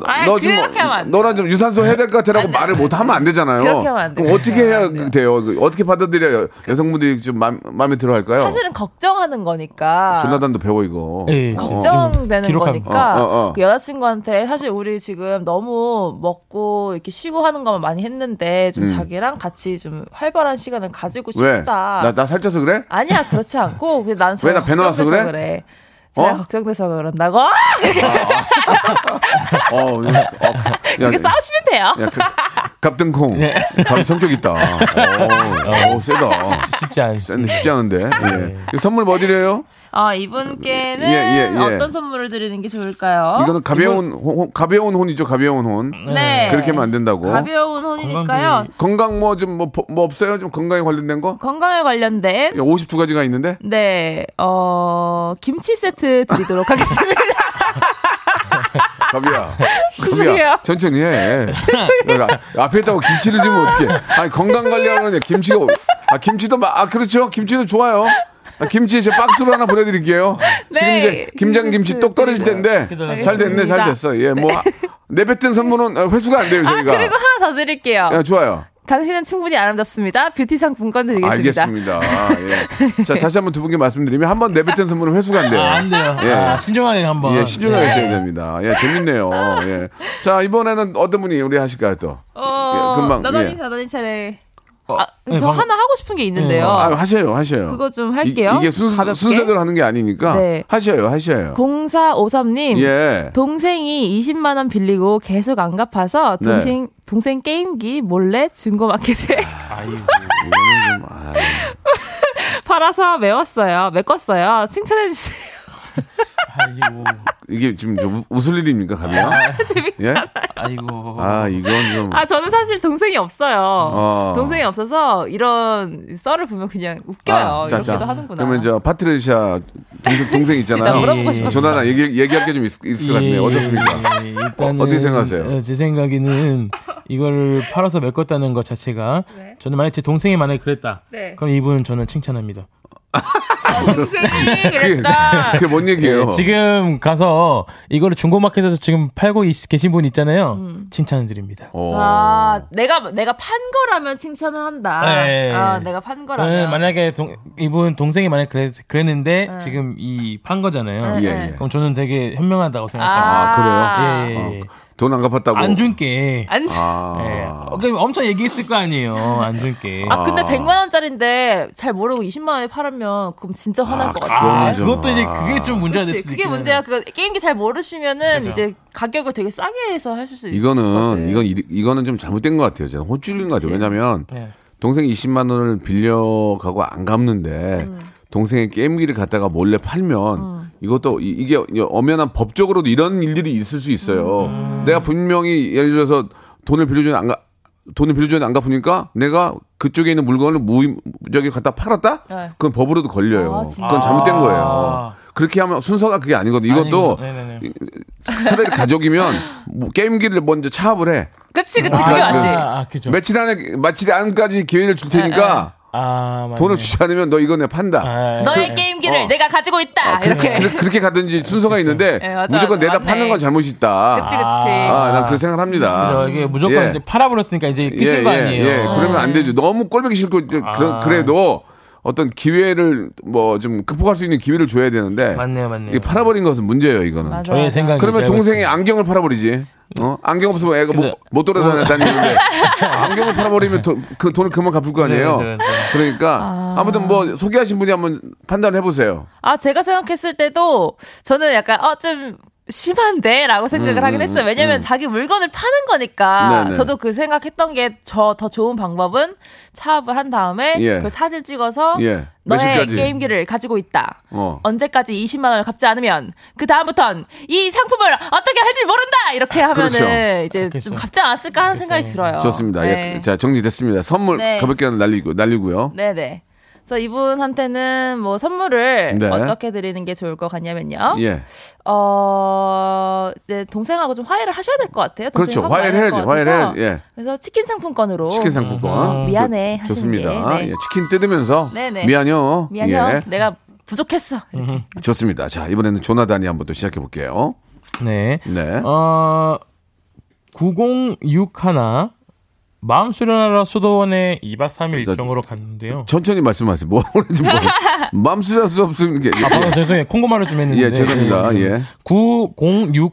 아, 뭐 그렇게 하면 안 돼요. 너랑 좀 유산소 해야 될 것 같아라고 말을 못 하면 안 되잖아요. 그렇게 하면 안 돼요. 그럼 어떻게 그렇게 해야 하면 안 돼요? 그 어떻게 받아들여야 여성분들이 좀 마, 마음에 들어 할까요? 사실은 아. 걱정하는 거니까. 조나단도 배워 이거. 예, 어. 진짜. 걱정되는 기록합니다. 거니까 어, 어, 어. 그 여자친구한테 사실 우리 지금 너무 먹고 이렇게 쉬고 하는 것만 많이 했는데 좀 자기랑 같이 좀 활발한 시간을 가지고 음. 왜? 싶다. 나나 살쪄서 그래? 아니야 그렇지 않고 그냥 난 왜나 배나와서 걱정돼서 그래? 제가 어? 걱정돼서 그런다고? 아, 어. 야, 이렇게 싸우시면 돼요. 야, 그, 갑등콩. 네. 갑 성격 있다. 오, 오 세다. 쉽지 않습니다. 쌤 쉽지 않은데. 예. 네. 이거 선물 뭐 드려요? 아 이분께는 예, 예, 예. 어떤 선물을 드리는 게 좋을까요? 이거는 가벼운 혼, 가벼운 혼이죠. 가벼운 혼. 네. 그렇게 하면 안 된다고. 가벼운 혼이니까요. 건강 뭐 좀 뭐 뭐 없어요? 좀 건강에 관련된 거? 건강에 관련된 52가지가 있는데. 네, 어, 김치 세트 드리도록 하겠습니다. 가비야. 죄송해요. 가비야. 천천히 해. 아, 앞에 있다고 김치를 주면 어떡해. 아니, 건강 관리하는 김치가, 어- 아, 김치도 막, 아, 그렇죠. 김치도 좋아요. 아, 김치 제 박스로 하나 보내드릴게요. 지금 이제 김장 김치 똑 떨어질 텐데. 잘 네, 됐네, 잘 됐어. 예, 뭐, 아, 내뱉은 선물은 아, 회수가 안 돼요, 아, 저희가. 그리고 하나 더 드릴게요. 예, 좋아요. 당신은 충분히 아름답습니다. 뷰티 상품권 드리겠습니다. 알겠습니다. 아, 예. 자, 다시 한번 두 분께 말씀드리면 한 번 내뱉은 선물은 회수가 안 돼요. 아, 안 돼요. 예. 아, 신중하게 한번. 어, 예, 신중하게 네. 하셔야 됩니다. 예, 재밌네요. 예. 자, 이번에는 어떤 분이 우리 하실까요, 또? 어, 예, 금방, 나더니 예. 나더니 차례. 어, 아, 네, 저 방금- 하나 하고 싶은 게 있는데요. 아, 하셔요, 하셔요. 어. 그거 좀 할게요. 이, 게 순, 가볍게. 순서대로 하는 게 아니니까. 네. 하셔요, 하셔요. 0453님. 예. 동생이 20만 원 빌리고 계속 안 갚아서 네. 동생 동생 게임기 몰래 중고마켓에 예, 이거는 좀, 아, 팔아서 메웠어요. 메꿨어요. 칭찬해 주세요. 아이고, 이게 지금 좀 우- 웃을 일입니까, 가면? 예? 아이고. 아, 이건 좀. 아 저는 사실 동생이 없어요. 어. 동생이 없어서 이런 썰을 보면 그냥 웃겨요. 자, 이렇게도 자. 하는구나. 아, 그러면 저 파트리샤 동생, 동생 나 있잖아요. 물어보고 싶었어. 조나나 얘기, 얘기할 게 좀 있을, 있을 것 같네요. 어떻습니까? 예, 일단은 어, 어떻게 생각하세요? 예, 제 생각에는 이걸 팔아서 메꿨다는 것 자체가 저는 만약 제 동생이 만약에 그랬다. 네. 그럼 이분은 저는 칭찬합니다. 동생이 그게, 그랬다. 그게 뭔 얘기예요? 어. 예, 지금 가서 이거를 중고마켓에서 지금 팔고 있- 계신 분 있잖아요. 음. 칭찬드립니다. 어. 아, 내가 내가 판 거라면 칭찬을 한다. 예. 아, 내가 판 저는 거라면. 네, 만약에 동, 이분 동생이 만약 그랬, 그랬는데 네. 지금 이 판 거잖아요. 예, 예. 그럼 저는 되게 현명하다고 생각합니다. 아, 예, 예, 예. 돈 안 갚았다고. 안 줄게. 안 주- 아. 예. 어, 그럼 엄청 얘기했을 거 아니에요. 안 줄게. 아, 근데 100만 원짜리인데 잘 모르고 20만 원에 팔으면 그럼 진짜 화날 아, 것 그거는 같아. 좀- 그것도 이제 그게 좀 문제가 될 그치? 수도 그게 있겠네요. 문제야. 그 게임기 잘 모르시면은 이제 가격을 되게 싸게 해서 하실 수 있어요. 이거는 이건 이- 이거는 좀 잘못된 것 같아요. 제가 호줄인 것 같아요. 왜냐하면 네. 동생이 20만 원을 빌려가고 안 갚는데 동생의 게임기를 갖다가 몰래 팔면 이것도 이, 게 엄연한 법적으로도 이런 일들이 있을 수 있어요. 내가 분명히 예를 들어서 돈을 빌려주는 안 가, 돈을 빌려주는 안 갚으니까 내가 그쪽에 있는 물건을 무 저기 갖다 팔았다? 네. 그건 법으로도 걸려요. 아, 진짜? 그건 잘못된 거예요. 아. 그렇게 하면 순서가 그게 아니거든. 요 이것도 그 아니구나. 네네네. 차라리 가족이면 뭐 게임기를 먼저 차압을 해. 그치, 그치. 그게 아, 맞지. 아, 아, 그죠. 며칠 안에 며칠 안까지 기회를 줄 테니까 아, 맞네. 돈을 주지 않으면 너 이거 내 판다. 아, 네. 너의 그- 게임기를 어. 내가 가지고 있다. 이렇게. 그, 렇게 가든지 순서가 그렇죠. 있는데 네, 예, 맞아, 무조건 맞아. 내다 맞네. 파는 건 잘못이 있다. 그치, 그치. 아, 난 그렇게 생각을 합니다. 그죠. 이게 무조건 예. 이제 팔아버렸으니까 이제 끝인 거 아니에요. 어. 네. 아. 예, 그러면 안 되죠. 너무 꼴보기 싫고 그런- 그래도 어떤 기회를 뭐 좀 극복할 수 있는 기회를 줘야 되는데 맞네요, 맞네요. 이게 팔아버린 것은 문제예요, 이거는. 맞아. 저의 생각. 그러면 동생이 안경을 팔아버리지. 어? 안경 없으면 애가 그죠. 못, 못 돌아다니는데 안경을 팔아버리면 돈- 그 돈을 그만 갚을 거 아니에요. 그죠, 그죠, 그죠. 그러니까 아... 무튼뭐 소개하신 분이 한번 판단해 보세요. 아, 제가 생각했을 때도 저는 약간, 어, 좀, 심한데? 라고 생각을 하긴 했어요. 왜냐면 자기 물건을 파는 거니까. 음, 네네. 저도 그 생각했던 게 저 더 좋은 방법은 차업을 한 다음에 예. 그 사진을 찍어서 예. 너의 며칠까지? 게임기를 가지고 있다. 어. 언제까지 20만 원을 갚지 않으면 그 다음부턴 이 상품을 어떻게 할지 모른다 이렇게 하면은 그렇죠. 이제 그렇죠. 좀 갚지 않았을까 하는 생각이 들어요. 좋습니다. 네. 예, 자 정리됐습니다. 선물 네. 가볍게 하나 날리고 날리고요. 네네. 그래서 이분한테는 뭐 선물을 네. 어떻게 드리는 게 좋을 것 같냐면요. 예, 어, 네, 동생하고 좀 화해를 하셔야 될 것 같아요. 동생이 그렇죠. 화가 많을 화해를 해야죠. 것 화해를 같아서. 해야죠. 예. 그래서 치킨 상품권으로. 치킨 상품권 어, 미안해 좋- 하시는 좋습니다. 게, 네. 예, 치킨 뜯으면서 네네. 미안해요. 미안해요. 네. 예, 내가 부족했어. 이렇게. 좋습니다. 자 이번에는 조나단이 한번 또 시작해 볼게요. 네. 네. 어, 9061 마음 수련하러 수도원에 2박 3일 저- 일정으로 갔는데요. 천천히 말씀하세요. 뭐 하는지 모르. 맘수할 수 없는 게. 아, 죄송해요. 콩고마를 좀 했는데. 예, 죄송합니다. 예. 9061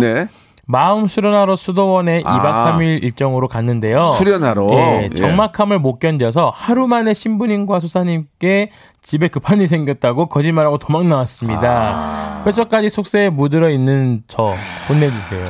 네. 마음 수련하러 수도원에 아. 2박 3일 일정으로 갔는데요. 수련하러. 예, 적막함을 못 견뎌서 하루 만에 신부님과 수사님께 집에 급한 일이 생겼다고 거짓말하고 도망 아. 나왔습니다. 뼛속까지 속세에 물들어 있는 저 혼내주세요.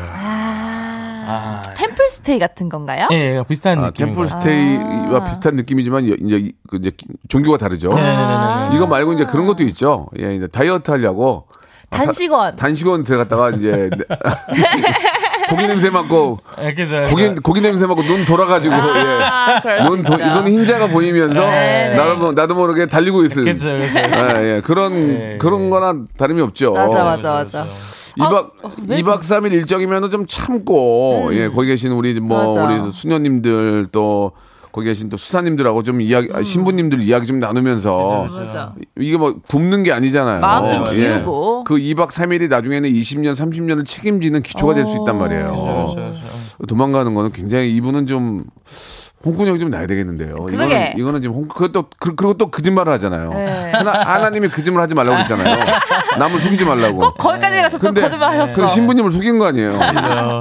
아, 템플 스테이 같은 건가요? 예, 비슷한 아, 느낌. 템플 스테이와 아. 비슷한 느낌이지만 여- 이제 그 이제 기- 종교가 다르죠. 네네네네. 이거 말고 이제 그런 것도 있죠. 예, 이제 아, 다이어트 하려고 단식원. 단식원 들어갔다가 이제 고기 냄새 맡고 이렇게 저 고기 고기 냄새 맡고 눈 돌아가지고 아, 예. 그럴 수 눈, 도, 있죠. 눈 흰자가 보이면서 네, 네. 나도, 모- 나도 모르게 달리고 있을 그쵸, 그쵸. 예, 예. 그런 네. 그런 거나 다름이 없죠. 맞아, 맞아, 맞아. 어? 이박이박삼일 일정이면은 좀 참고 예, 거기 계신 우리 뭐 음. 맞아. 우리 수녀님들 또 거기 계신 또 수사님들하고 좀 이야기 음. 아, 신부님들 이야기 좀 나누면서 맞아. 이게 뭐 굽는 게 아니잖아요. 마음 좀 예. 비우고. 그이박삼일이 나중에는 20년, 30년을 어. 어. 책임지는 기초가 될 수 있단 말이에요. 도망가는 거는 굉장히 이분은 좀 홍군형이 좀 나야 되겠는데요. 그러게. 이거는, 이거는 지금 홍, 그것도, 그, 리고또 거짓말을 하잖아요. 네. 하나, 님이 그 거짓말 하지 말라고 했잖아요. 남을 속이지 말라고. 꼭 거기까지 가서 또 거짓말 하셨어. 뭐. 그 신부님을 속인 거 아니에요.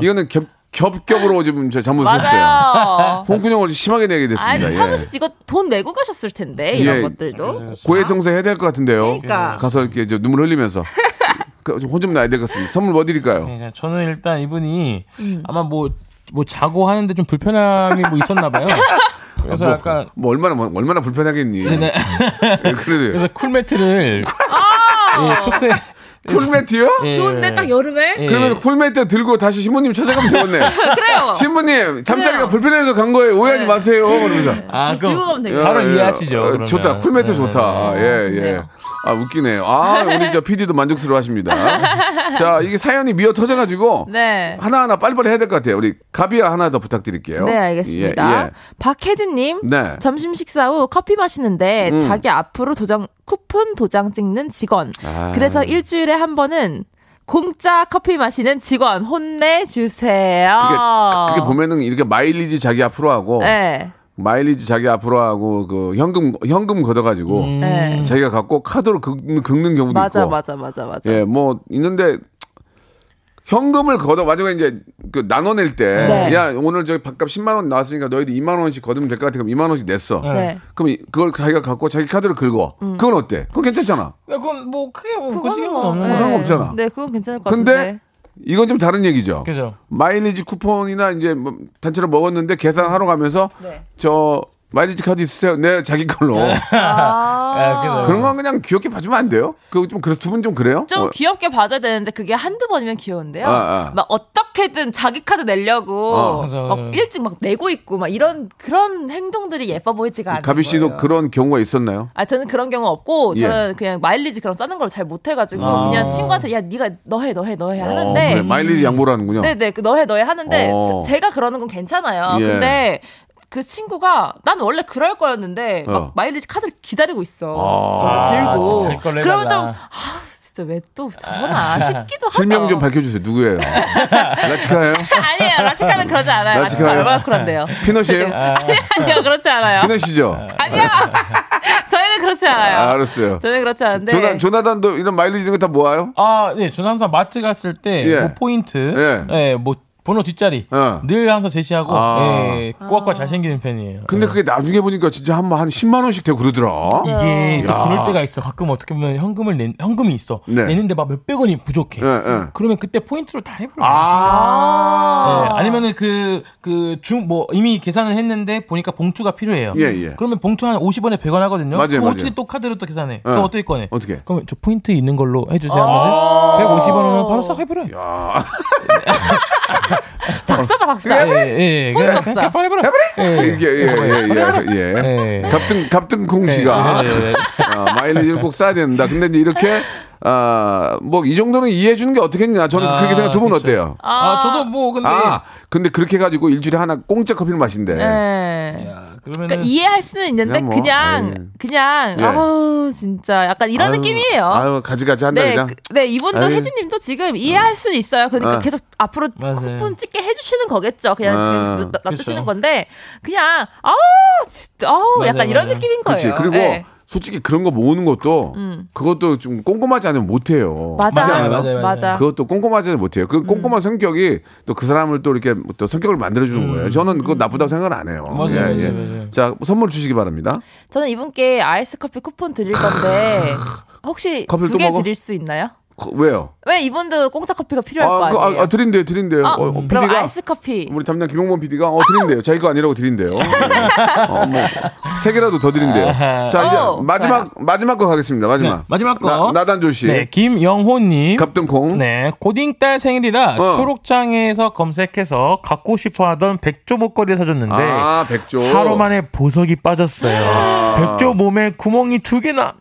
이거는 겹, 겹겹으로 지금 저 잘못 썼어요. 맞아요. 홍군형을 심하게 내게 아니 됐습니다. 예. 참으시지 이거 돈 내고 가셨을 텐데 이런 예. 것들도. 고해성사 해야 될 것 같은데요. 그러니까. 가서 이렇게 저 눈물 흘리면서 그 혼좀 나야 될 것 같습니다. 선물 뭐 드릴까요? 예, 그냥 저는 일단 이분이 아마 뭐, 뭐 자고 하는데 좀 불편함이 뭐 있었나 봐요. 그래서 뭐, 약간 뭐 얼마나 뭐, 얼마나 불편하겠니? 예, 네. 그래도 그래서 쿨매트를 아, 예, 숙소에 쿨매트요? 예, 좋은데 딱 여름에 예. 그러면 쿨매트 들고 다시 신부님 찾아가면 되겠네. 그래요. 신부님 잠자리가 불편해서 간 거예요. 오해하지 네. 마세요. 그러면서. 아, 들고 가면 되겠다. 바로 예, 예. 이해하시죠. 어, 그러면. 좋다. 쿨매트 예. 좋다. 예, 예. 아, 웃기네요. 아, 우리 저 PD도 만족스러워 하십니다. 자, 이게 사연이 미어 터져가지고. 네. 하나하나 빨리빨리 해야 될 것 같아요. 우리 가비야 하나 더 부탁드릴게요. 네, 알겠습니다. 아, 예, 예. 박혜진님, 네. 음. 점심 식사 후 커피 마시는데 자기 앞으로 도장 쿠폰 도장 찍는 직원. 아. 그래서 일주일에 한 번은 공짜 커피 마시는 직원 혼내 주세요. 그게, 그게 보면은 이렇게 마일리지 자기 앞으로 하고 네, 마일리지 자기 앞으로 하고 그 현금 현금 걷어가지고 네. 자기가 갖고 카드로 긁는, 긁는 경우도 맞아, 있고 맞아, 맞아, 맞아. 예 뭐 있는데 현금을 걷어 마지막에 이제 그 나눠낼 때 네. 야 오늘 저기 밥값 10만 원 나왔으니까 너희들 2만 원씩 걷으면 될 것 같아 그럼 2만 원씩 냈어 네. 음. 그럼 이- 그걸 자기가 갖고 자기 카드로 긁어 그건 어때 그건 괜찮잖아 그건 뭐 크게 뭐 그건 그건 뭐, 없는 네. 거. 상관없잖아. 네, 그건 괜찮을 것 근데 같은데. 이건 좀 다른 얘기죠 그죠. 마일리지 쿠폰이나 이제 뭐 단체로 먹었는데 계산하러 가면서 네. 저 마일리지 카드 있으세요? 네 자기 걸로 아. 예, 그죠. 그런 건 그냥 귀엽게 봐주면 안 돼요? 그거 좀 그래서 두 분 좀 그래요? 좀 어, 귀엽게 봐줘야 되는데 그게 한두 번이면 귀여운데요. 아, 아. 막 어떻게든 자기 카드 내려고 어, 맞아, 막 맞아. 일찍 막 내고 있고 막 이런 그런 행동들이 예뻐 보이지가 않아요. 가비 씨도 그런 경우가 있었나요? 아 저는 그런 경우 없고 예. 저는 그냥 마일리지 그런 싸는 걸 잘 못해가지고 아. 그냥 친구한테 야 네가 너 해 너 해 너 해 하는데 어, 그래. 마일리지 양보라는군요. 네네 그 너해 너해 하는데 어. 저- 제가 그러는 건 괜찮아요. 예. 근데 그 친구가 난 원래 그럴 거였는데 어. 막 마일리지 카드를 기다리고 있어. 아. 그래서 들고 진짜 될걸 그러면 해달라. 좀 아, 진짜 왜 또 저러나 싶기도 하죠. 아, 실명 좀 밝혀주세요. 누구예요? 라치카예요? 아니에요. 라티카는 그러지 않아요. 라티카 라티카요? 얼마나 그런데요. 피넛이에요? 네. 아니 아니요 그렇지 않아요. 피넛이죠? 저희는 그렇지 않아요. 아, 알았어요. 저희는 그렇지 네. 않은데. 조나, 조나단도 이런 마일리지 이런 거다 모아요? 아, 네, 저는 항상 마트 갔을 때, 예. 뭐 포인트, 예. 예. 뭐 번호 뒷자리, 예. 늘 항상 제시하고, 아. 예, 꼬박꼬박 잘 챙기는 편이에요. 근데 예. 그게 나중에 보니까 진짜 한, 한 10만 원씩 되고 그러더라. 네. 이게 또 야. 그럴 때가 있어. 가끔 어떻게 보면 현금을 낸, 현금이 있어. 네. 내는데 막 몇백 원이 부족해. 예, 예. 그러면 그때 포인트로 다 해버려. 아. 예, 아니면은 그, 그, 중, 뭐, 이미 계산을 했는데 보니까 봉투가 필요해요. 예, 예. 그러면 봉투 한 50원에 100원 하거든요. 맞아요, 그럼 맞아요. 어떻게 또 카드로 또 계산해? 예. 그럼 어떻게 꺼내? 어떻게? 아. 그럼 저 포인트 있는 걸로 해주세요 하면은 아. 150원은 바로 싹 해버려요. 박사다 박사. 예, 예, 예. 포인트 그냥, 박사. 그냥 바로 해버려요. 이게 예, 예예예 예. 예. 갑등 갑등 공시가 네, 네, 네, 아, 마일리지를 꼭 써야 된다. 근데 이제 이렇게 아, 뭐 이 정도는 이해해 주는 게 어떻겠냐. 저는 아, 그렇게 생각 두 분 그쵸. 어때요? 아, 저도 뭐 근데 아, 근데 그렇게 해 가지고 일주일에 하나 공짜 커피를 마신대. 네. 아, 그러면은 그러니까 이해할 수는 있는데 예. 그냥 뭐, 그냥 그냥, 예. 아우 진짜 약간 이런 아유, 느낌이에요. 음. 아유, 가지가지 한다 네, 그냥. 그, 네 이분도 아유. 혜진님도 지금 이해할 수는 있어요. 그러니까 아. 계속 앞으로 맞아요. 그렇죠. 쿠폰 찍게 해주시는 거겠죠. 그냥, 아. 그냥 놔- 놔두시는 그쵸. 건데 그냥 아우 진짜 아우 맞아요, 약간 이런 맞아요. 느낌인 거예요. 그렇지. 그리고 네. 음. 솔직히 그런 거 모으는 것도 그것도 좀 꼼꼼하지 않으면 못 해요. 맞아 맞아요, 맞아. 맞아요, 맞아요. 그것도 꼼꼼하지 못해요. 그 음. 꼼꼼한 성격이 또 그 사람을 또 이렇게 또 성격을 만들어주는 거예요. 저는 그거 나쁘다고 생각은 안 해요. 음. 예, 맞아요, 맞아요, 맞아요. 자, 선물 주시기 바랍니다. 저는 이분께 아이스 커피 쿠폰 드릴 건데 혹시 커피를 두 또 개 먹어? 드릴 수 있나요? 거- 그, 왜요? 왜 이분도 공짜 커피가 필요할 아, 거 그, 아니에요? 아, 아, 드린대요, 드린대요. 어, 어, 그럼 PD가 아이스 커피. 우리 담당 김용범 PD가 어 드린대요. 자기 거 아니라고 드린대요. 네. 어, 뭐세 개라도 더 드린대요. 자 이제 오, 마지막 마지막 거 가겠습니다. 마지막 네, 마지막 거. 나, 나단조 씨 네, 김영호님. 갑등콩 네, 고딩딸 생일이라 어. 초록장에서 검색해서 갖고 싶어 하던 백조 목걸이 사줬는데 아 백조 네. 아. 하루 만에 보석이 빠졌어요. 백조 몸에 구멍이 두 개나.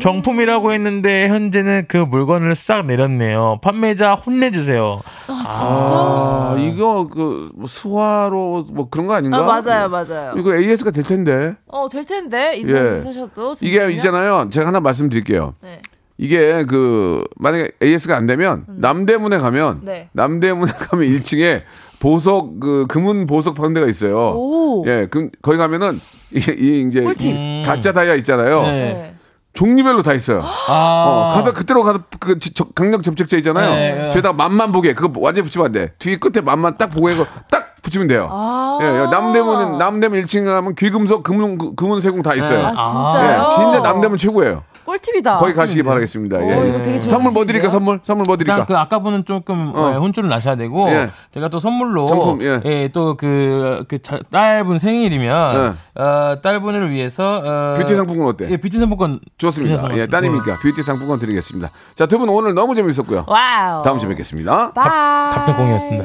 정품이라고 했는데 현재는 그 물건을 싹 내렸네요. 판매자 혼내주세요. 아 이거 그 수화로 뭐 그런 거 아닌가? 아, 맞아요, 맞아요. 이거 AS가 될 텐데 어, 될 텐데 인터넷 예. 에 쓰셔도 좀 이게 보면- 있잖아요. 제가 하나 말씀드릴게요. 네. 이게 그 만약에 AS가 안 되면 남대문에 가면 음. 네. 남대문에 가면 1층에 보석 그 금은 보석 파는 데가 있어요. 오. 예, 그 거기 가면은 이게, 이게 이제 음. 꿀팁. 가짜 다이아 있잖아요. 네. 종류별로 다 있어요. 아. 어, 가서 그때로 가서 그 지- 적- 강력 접촉제 있잖아요. 네, 네. 죄다 맛만 보게 그거 완전 히 붙이면 안 돼. 뒤 끝에 맛만 딱 보게 그거 딱 붙이면 돼요. 아. 예, 예, 남대문은 남대문 1층 가면 귀금속 금은 그- 금은 세공 다 있어요. 아, 예, 진짜요? 진짜 남대문 최고예요. 꿀팁이다. 거기 가시기 바라겠습니다. 예. 오, 어, 이거 되게 좋은 선물 뭐 팁인데요? 드릴까 선물? 선물 뭐 드릴까? 일단 그 아까 분은 조금 어. 예, 혼쭐을 나셔야 되고 예. 제가 또 선물로 상품, 예. 또그 그 자- 딸분 생일이면 어, 딸분을 위해서 어, 예. 뷰티 상품권 어때? 예, 뷰티 상품권 좋습니다. 드려서- 예, 따님이니까 뷰티 상품권 드리겠습니다. 자, 두 분 오늘 너무 재밌었고요. 와우. 다음 주에 뵙겠습니다. 바이. 갑등 공이었습니다.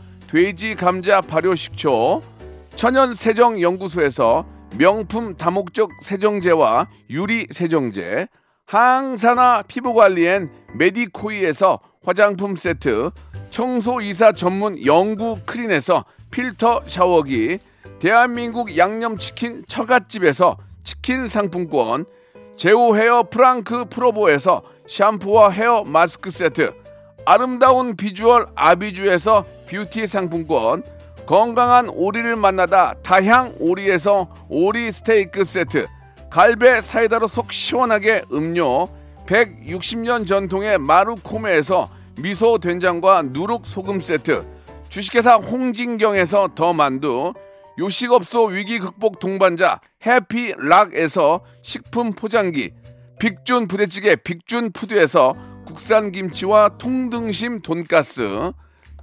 돼지 감자 발효 식초, 천연 세정 연구소에서 명품 다목적 세정제와 유리 세정제, 항산화 피부관리엔 메디코이에서 화장품 세트, 청소이사 전문 영구 크린에서 필터 샤워기, 대한민국 양념치킨 처갓집에서 치킨 상품권, 제오 헤어 프랑크 프로보에서 샴푸와 헤어 마스크 세트, 아름다운 비주얼 아비주에서 뷰티 상품권, 건강한 오리를 만나다 다향 오리에서 오리 스테이크 세트, 갈배 사이다로 속 시원하게 음료, 160년 전통의 마루코메에서 미소 된장과 누룩 소금 세트, 주식회사 홍진경에서 더 만두, 요식업소 위기 극복 동반자 해피락에서 식품 포장기, 빅준 부대찌개 빅준 푸드에서 국산 김치와 통등심 돈가스,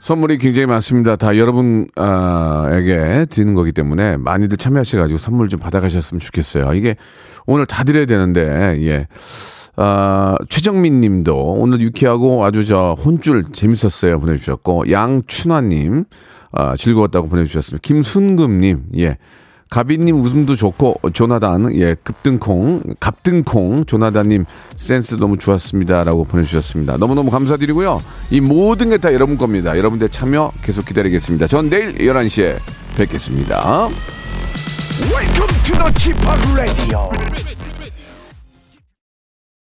선물이 굉장히 많습니다. 다 여러분에게 드리는 거기 때문에 많이들 참여하셔가지고 선물 좀 받아가셨으면 좋겠어요. 이게 오늘 다 드려야 되는데, 예. 아, 최정민 님도 오늘 유쾌하고 아주 저 혼줄 재밌었어요 보내주셨고, 양춘화 님, 아, 즐거웠다고 보내주셨습니다. 김순금 님, 예. 가비님 웃음도 좋고 조나단 예 급등콩 갑등콩 조나단님 센스 너무 좋았습니다라고 보내주셨습니다 너무너무 감사드리고요 이 모든 게 다 여러분 겁니다 여러분들 의 참여 계속 기다리겠습니다 전 내일 11시에 뵙겠습니다 Welcome to the Chipak Radio. ready.